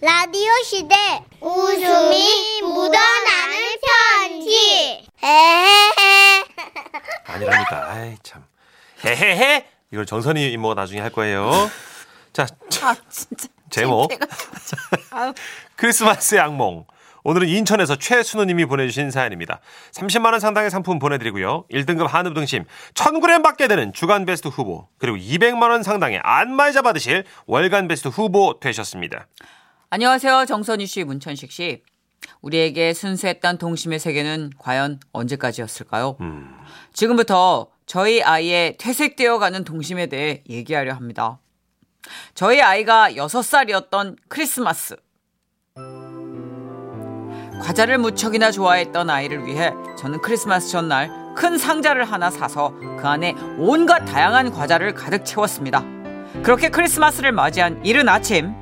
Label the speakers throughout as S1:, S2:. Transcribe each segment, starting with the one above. S1: 라디오 시대 웃음이 묻어나는 편지 에헤헤
S2: 아니라니까. 아이 참. 헤헤헤. 이걸 정선이 이모가 나중에 할 거예요. 자,
S3: 아 진짜.
S2: 제목.
S3: 제가- 아유,
S2: 크리스마스의 악몽. 오늘은 인천에서 최순우님이 보내주신 사연입니다. 30만 원 상당의 상품 보내드리고요. 1등급 한우 등심 1,000g 받게 되는 주간 베스트 후보 그리고 200만 원 상당의 안마의자 받으실 월간 베스트 후보 되셨습니다.
S3: 안녕하세요 정선희 씨 문천식 씨. 우리에게 순수했던 동심의 세계는 과연 언제까지였을까요? 지금부터 저희 아이의 퇴색되어가는 동심에 대해 얘기하려 합니다. 저희 아이가 6살이었던 크리스마스. 과자를 무척이나 좋아했던 아이를 위해 저는 크리스마스 전날 큰 상자를 하나 사서 그 안에 온갖 다양한 과자를 가득 채웠습니다. 그렇게 크리스마스를 맞이한 이른 아침,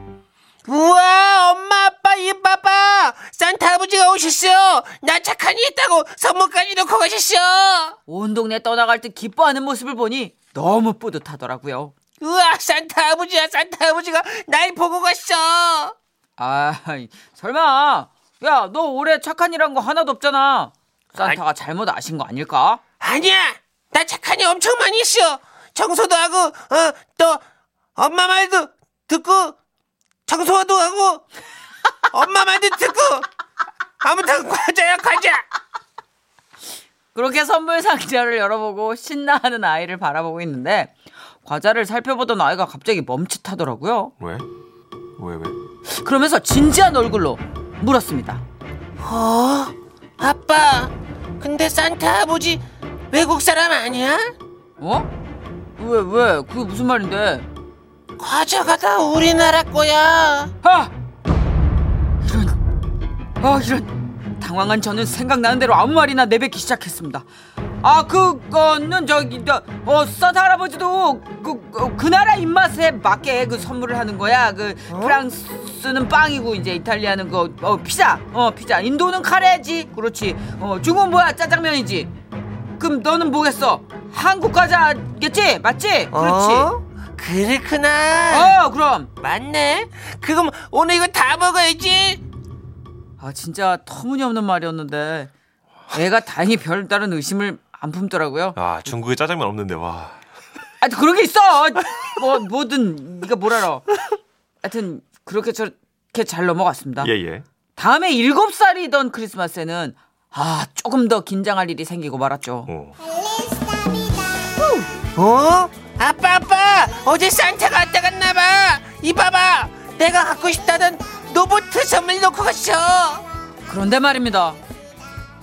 S4: 우와 엄마 아빠 이 봐봐 산타 아버지가 오셨어 나 착한 이 있다고 선물까지 놓고 가셨어
S3: 온 동네 떠나갈 듯 기뻐하는 모습을 보니 너무 뿌듯하더라고요.
S4: 우와 산타 아버지야 산타 아버지가 날 보고 갔어
S3: 아, 설마. 야, 너 올해 착한 일한 거 하나도 없잖아. 산타가 잘못 아신 거 아닐까?
S4: 아니야 나 착한 이 엄청 많이 있어 청소도 하고 어, 또 엄마 말도 듣고 청소도 하고 엄마 말도 듣고 아무튼 과자야 과자
S3: 그렇게 선물 상자를 열어보고 신나하는 아이를 바라보고 있는데 과자를 살펴보던 아이가 갑자기 멈칫하더라고요.
S2: 왜? 왜 왜?
S3: 그러면서 진지한 얼굴로 물었습니다.
S4: 어 아빠 근데 산타 아버지 외국 사람 아니야?
S3: 어? 왜, 왜? 그게 무슨 말인데?
S4: 과자가 다 우리나라 거야.
S3: 아! 이런, 아, 이런. 당황한 저는 생각나는 대로 아무 말이나 내뱉기 시작했습니다. 아, 그거는 저기, 저, 어, 산타 할아버지도 그, 그, 그 나라 입맛에 맞게 그 선물을 하는 거야. 그, 프랑스는 빵이고, 이제 이탈리아는 그, 어, 피자. 어, 피자. 인도는 카레지. 그렇지. 어, 중국은 뭐야? 짜장면이지. 그럼 너는 뭐겠어? 한국 과자겠지? 맞지? 그렇지.
S4: 어? 그렇구나.
S3: 어 그럼.
S4: 맞네. 그럼 오늘 이거 다 먹어야지.
S3: 아 진짜 터무니없는 말이었는데 애가 다행히 별다른 의심을 안 품더라고요.
S2: 아 중국에 짜장면 없는데 와.
S3: 하여튼 그런 게 있어. 뭐 뭐든 네가 뭘 알아. 하여튼 그렇게 저렇게 잘 넘어갔습니다.
S2: 예예.
S3: 다음에 일곱 살이던 크리스마스에는 아 조금 더 긴장할 일이 생기고 말았죠.
S2: 어.
S4: 어? 아빠 아빠 어제 산타가 왔다 갔나 봐. 이 봐봐. 내가 갖고 싶다던 로보트 선물 놓고 갔어.
S3: 그런데 말입니다.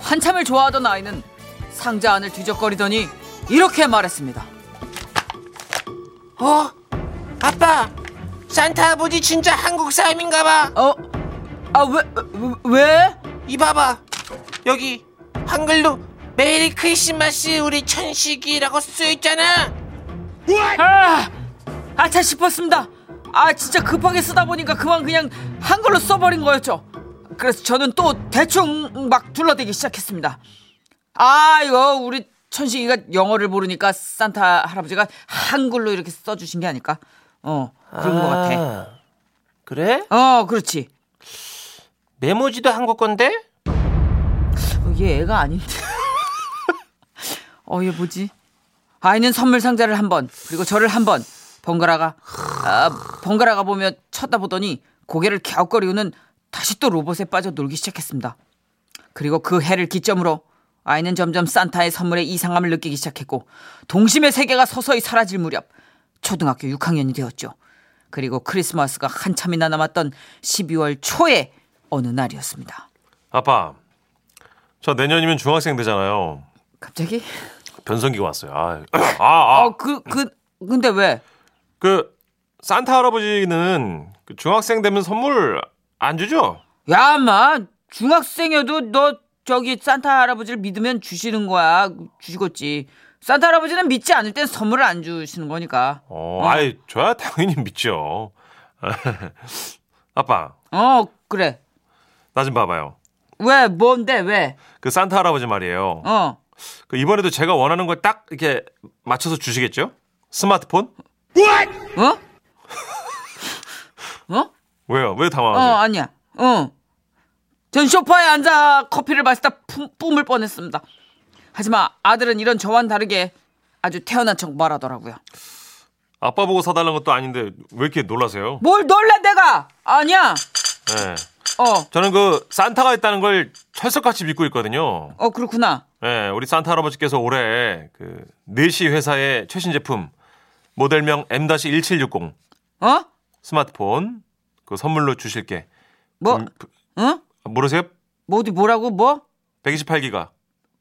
S3: 한참을 좋아하던 아이는 상자 안을 뒤적거리더니 이렇게 말했습니다.
S4: 어? 아빠. 산타 아버지 진짜 한국 사람인가 봐.
S3: 어? 아왜 왜?
S4: 이 봐봐. 여기 한글로 메리 크리스마스 우리 천식이라고 쓰여 있잖아.
S3: 아, 아차 싶었습니다. 아 진짜 급하게 쓰다 보니까 그만 그냥 한글로 써버린 거였죠. 그래서 저는 또 대충 막 둘러대기 시작했습니다. 아 이거 우리 천식이가 영어를 모르니까 산타 할아버지가 한글로 이렇게 써주신 게 아닐까? 어 그런 것 같아.
S4: 그래?
S3: 어 그렇지.
S4: 메모지도 한국 건데?
S3: 어, 얘 애가 아닌데. 어, 얘 뭐지? 아이는 선물 상자를 한 번, 그리고 저를 한 번, 번갈아가, 아, 번갈아가 보며 쳐다보더니 고개를 갸웃거리고는 다시 또 로봇에 빠져 놀기 시작했습니다. 그리고 그 해를 기점으로 아이는 점점 산타의 선물의 이상함을 느끼기 시작했고, 동심의 세계가 서서히 사라질 무렵, 초등학교 6학년이 되었죠. 그리고 크리스마스가 한참이나 남았던 12월 초의 어느 날이었습니다.
S2: 아빠. 저 내년이면 중학생 되잖아요.
S3: 갑자기?
S2: 변성기가 왔어요. 아, 아, 아.
S3: 어, 그, 그, 근데 왜?
S2: 그 산타 할아버지는 그 중학생 되면 선물 안 주죠?
S3: 야, 마 중학생이어도 너 저기 산타 할아버지를 믿으면 주시는 거야. 주시겠지. 산타 할아버지는 믿지 않을 땐 선물을 안 주시는 거니까.
S2: 어, 아이 저야 당연히 믿죠. 아빠,
S3: 어, 그래.
S2: 나 좀 봐봐요.
S3: 왜, 뭔데, 왜?
S2: 그 산타 할아버지 말이에요.
S3: 어.
S2: 그 이번에도 제가 원하는 걸 딱 이렇게 맞춰서 주시겠죠? 스마트폰?
S3: 어? 어?
S2: 왜요? 왜
S3: 어,
S2: 당황하세요?
S3: 아니야. 어. 전 쇼파에 앉아 커피를 마시다 품, 뿜을 뻔했습니다. 하지만 아들은 이런 저와는 다르게 아주 태어난 척 말하더라고요.
S2: 아빠 보고 사달라는 것도 아닌데 왜 이렇게 놀라세요?
S3: 뭘 놀래 내가? 아니야.
S2: 예.
S3: 어.
S2: 저는 그 산타가 있다는 걸 철석같이 믿고 있거든요.
S3: 어 그렇구나.
S2: 예, 우리 산타 할아버지께서 올해 그 4시 회사의 최신 제품 모델명 M-1760
S3: 어?
S2: 스마트폰 그 선물로 주실게.
S3: 뭐?
S2: 음, 부-
S3: 어?
S2: 모르세요?
S3: 뭐 어디 뭐라고 뭐?
S2: 128기가.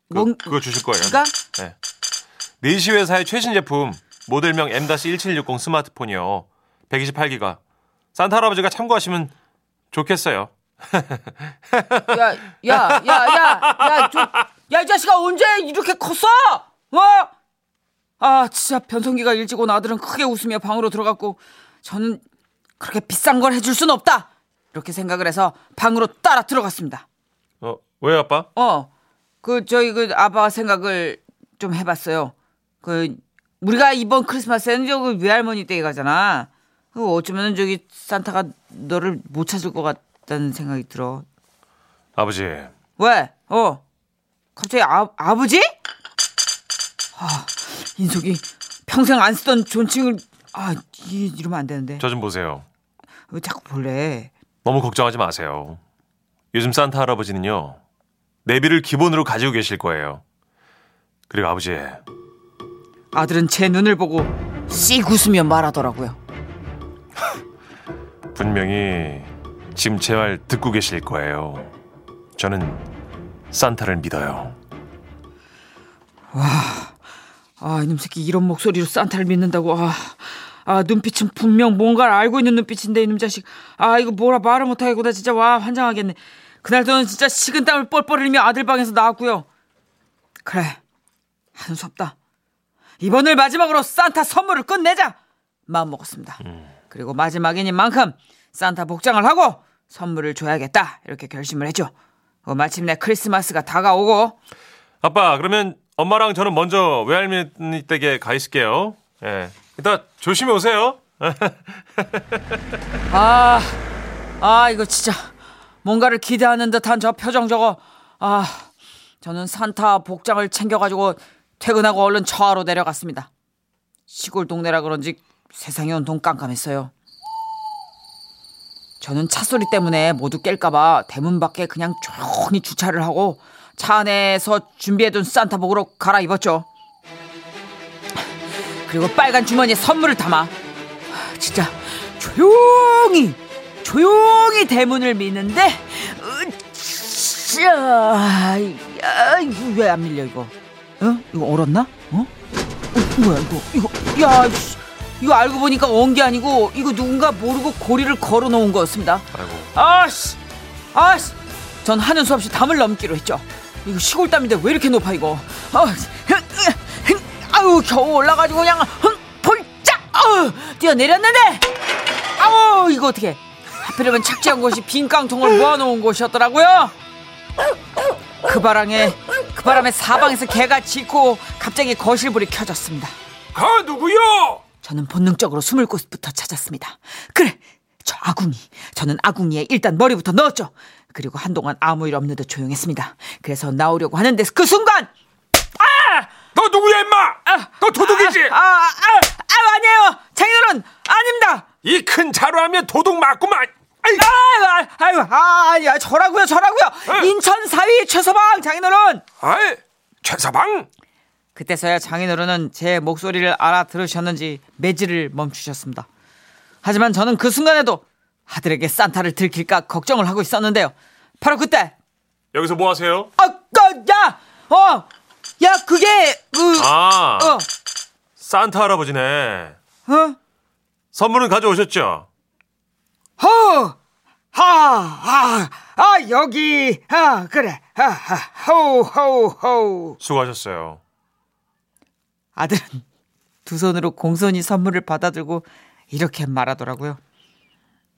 S2: 그,
S3: 뭔-
S2: 그거 주실 거예요.
S3: 기가?
S2: 네. 4시 회사의 최신 제품 모델명 M-1760 스마트폰이요. 128기가. 산타 할아버지가 참고하시면 좋겠어요.
S3: 야, 야, 야, 야, 야, 저, 야, 이 자식아 언제 이렇게 컸어? 어? 아, 진짜 변성기가 일찍 온 아들은 크게 웃으며 방으로 들어갔고 저는 그렇게 비싼 걸 해줄 순 없다. 이렇게 생각을 해서 방으로 따라 들어갔습니다.
S2: 어, 왜요, 아빠?
S3: 어, 그 저희 그 아빠 생각을 좀 해봤어요. 그 우리가 이번 크리스마스에는 저기 외할머니 댁에 가잖아. 그 어쩌면 저기 산타가 너를 못 찾을 것 같다는 생각이 들어.
S2: 아버지.
S3: 왜? 어? 갑자기 아, 아버지? 아, 인석이 평생 안 쓰던 존칭을 아, 이, 이러면 안 되는데.
S2: 저 좀 보세요.
S3: 왜 자꾸 볼래?
S2: 너무 걱정하지 마세요. 요즘 산타 할아버지는요. 내비를 기본으로 가지고 계실 거예요. 그리고 아버지,
S3: 아들은 제 눈을 보고 씩 웃으며 말하더라고요.
S2: 분명히 지금 제 말 듣고 계실 거예요. 저는 산타를 믿어요.
S3: 아, 이놈 새끼 이런 목소리로 산타를 믿는다고. 아, 아 눈빛은 분명 뭔가를 알고 있는 눈빛인데 이놈 자식. 아, 이거 뭐라 말을 못하겠고 나 진짜 와 환장하겠네. 그날 저는 진짜 식은땀을 뻘뻘 흘리며 아들 방에서 나왔고요. 그래, 한수 없다. 이번을 마지막으로 산타 선물을 끝내자 마음 먹었습니다. 그리고 마지막인 만큼 산타 복장을 하고 선물을 줘야겠다 이렇게 결심을 했죠. 어, 마침내 크리스마스가 다가오고
S2: 아빠, 그러면 엄마랑 저는 먼저 외할머니 댁에 가 있을게요. 예. 일단 조심히 오세요.
S3: 아, 아 이거 진짜 뭔가를 기대하는 듯한 저 표정 저거. 아, 저는 산타 복장을 챙겨가지고 퇴근하고 얼른 처하로 내려갔습니다. 시골 동네라 그런지 세상에 온통 깜깜했어요. 저는 차 소리 때문에 모두 깰까봐 대문 밖에 그냥 조용히 주차를 하고 차 안에서 준비해둔 산타복으로 갈아입었죠. 그리고 빨간 주머니에 선물을 담아 진짜 조용히 조용히 대문을 미는데 어, 으쌰 왜 안 밀려 이거 어? 이거 얼었나? 어? 어, 뭐야 이거 이거 야 씨, 이거 알고 보니까 온 게 아니고 이거 누군가 모르고 고리를 걸어 놓은 거였습니다
S2: 아이고.
S3: 아씨 아씨 전 하는 수 없이 담을 넘기로 했죠 이거 시골담인데 왜 이렇게 높아 이거 아, 흥, 흥, 아우 겨우 올라가지고 그냥 흥, 폴짝 아우 뛰어내렸는데 아우 이거 어떻게 하필이면 착지한 곳이 빈 깡통을 모아놓은 곳이었더라고요 그 바람에 그 바람에 사방에서 개가 짖고 갑자기 거실불이 켜졌습니다
S2: 가 누구요?
S3: 저는 본능적으로 숨을 곳부터 찾았습니다. 그래, 저 아궁이. 저는 아궁이에 일단 머리부터 넣었죠. 그리고 한동안 아무 일 없는 듯 조용했습니다. 그래서 나오려고 하는데 그 순간!
S2: 너 누구야, 임마?
S3: 아!
S2: 너 도둑이지?
S3: 아, 아, 아, 아, 아니에요! 장인어른! 아닙니다!
S2: 이 큰 자로 하면 도둑 맞구만. 아이,
S3: 아유, 아유, 아유, 아, 아니야. 저라고요, 저라고요!
S2: 에?
S3: 인천 사위 최서방 장인어른!
S2: 아이, 최사방.
S3: 그때서야 장인어른은 제 목소리를 알아들으셨는지 매질을 멈추셨습니다. 하지만 저는 그 순간에도 아들에게 산타를 들킬까 걱정을 하고 있었는데요. 바로 그때 어,
S2: 여기서 뭐 하세요?
S3: 아까야 어. 야 그게 그
S2: 아,
S3: 어.
S2: 산타 할아버지네.
S3: 어?
S2: 선물은 가져오셨죠?
S3: 허! 하! 아! 아 여기. 아, 그래. 아, 아, 호우 호우 호우.
S2: 수고하셨어요.
S3: 아들은 두 손으로 공손히 선물을 받아들고 이렇게 말하더라고요.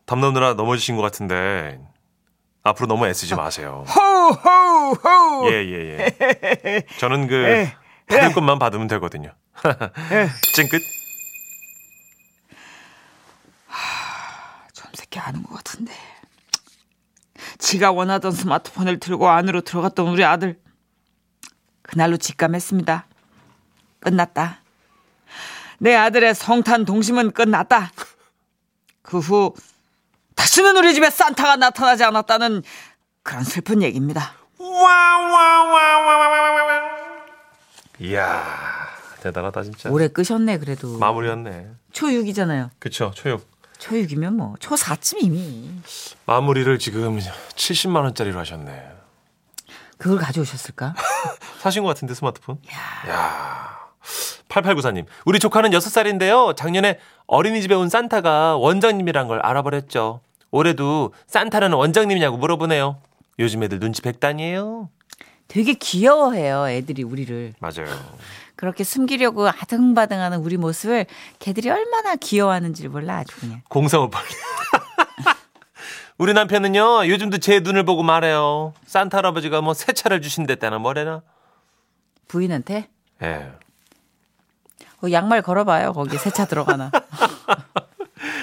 S2: 담 넘느라 넘어지신 것 같은데 앞으로 너무 애쓰지 마세요.
S3: 호우 호우 호우.
S2: 예예예. 저는 그 받을 것만 받으면 되거든요. 찡끗.
S3: 좀 새끼 어떻게 아는 것 같은데. 지가 원하던 스마트폰을 들고 안으로 들어갔던 우리 아들. 그날로 직감했습니다. 끝났다. 내 아들의 성탄 동심은 끝났다. 그 후 다시는 우리 집에 산타가 나타나지 않았다는 그런 슬픈 얘기입니다.
S2: 이야 대단하다 진짜.
S3: 오래 끄셨네 그래도.
S2: 마무리였네.
S3: 초육이잖아요.
S2: 그쵸 초육
S3: 초육이면 뭐 초사쯤 이미
S2: 마무리를 지금 70만 원짜리로 하셨네.
S3: 그걸 가져오셨을까?
S2: 사신 것 같은데 스마트폰? 야. 8894님, 우리 조카는 6살인데요. 작년에 어린이집에 온 산타가 원장님이란 걸 알아버렸죠. 올해도 산타라는 원장님이냐고 물어보네요. 요즘 애들 눈치 백단이에요.
S3: 되게 귀여워해요 애들이 우리를
S2: 맞아요.
S3: 그렇게 숨기려고 아등바등하는 우리 모습을 걔들이 얼마나 귀여워하는지 몰라 아주 그냥
S2: 공사오팔. 우리 남편은요, 요즘도 제 눈을 보고 말해요. 산타 할아버지가 뭐 새 차를 주신댔다나 뭐래나.
S3: 부인한테
S2: 예.
S3: 어, 양말 걸어봐요 거기 세차 들어가나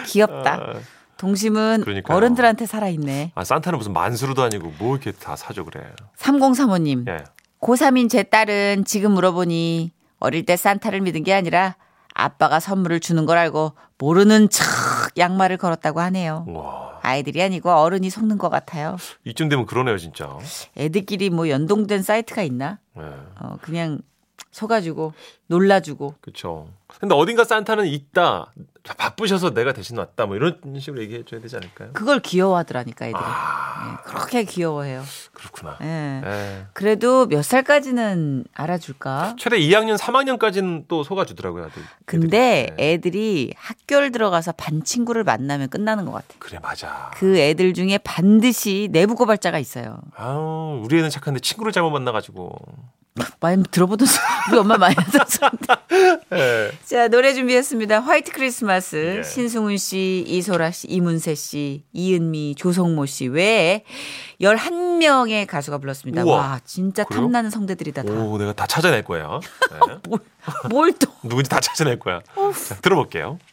S3: 귀엽다 동심은
S2: 아, 그러니까요.
S3: 어른들한테 살아있네
S2: 아, 산타는 무슨 만수르도 아니고 뭐 이렇게 다 사줘 그래.
S3: 3035님
S2: 예.
S3: 고3인 제 딸은 지금 물어보니 어릴 때 산타를 믿은 게 아니라 아빠가 선물을 주는 걸 알고 모르는 척 양말을 걸었다고 하네요
S2: 와.
S3: 아이들이 아니고 어른이 속는 것 같아요
S2: 이쯤 되면 그러네요, 진짜.
S3: 애들끼리 뭐 연동된 사이트가 있나?
S2: 예.
S3: 어, 그냥 속아주고 놀라주고
S2: 그렇죠. 근데 어딘가 산타는 있다. 다 바쁘셔서 내가 대신 왔다. 뭐 이런 식으로 얘기해 줘야 되지 않을까요?
S3: 그걸 귀여워하더라니까 애들이
S2: 아,
S3: 예, 그렇게 귀여워해요.
S2: 그렇구나.
S3: 예.
S2: 예.
S3: 그래도 몇 살까지는 알아줄까?
S2: 최대 2학년, 3학년까지는 또 속아 주더라고요, 아들.
S3: 근데
S2: 애들이. 예.
S3: 애들이 학교를 들어가서 반 친구를 만나면 끝나는 것 같아.
S2: 그래 맞아.
S3: 그 애들 중에 반드시 내부 고발자가 있어요.
S2: 아우, 우리 애는 착한데 친구를 잘못 만나 가지고.
S3: 많이 들어보던 소리, 우리 엄마 많이 들었었는데.
S2: 예.
S3: 자 노래 준비했습니다. 화이트 크리스마스
S2: 예.
S3: 신승훈 씨, 이소라 씨, 이문세 씨, 이은미, 조성모 씨 외에 11명의 가수가 불렀습니다.
S2: 우와.
S3: 와 진짜
S2: 그래요?
S3: 탐나는 성대들이다 다.
S2: 오, 내가 다 찾아낼 거야. 예.
S3: 뭘 또.
S2: 누군지 다 찾아낼 거야. 자, 들어볼게요.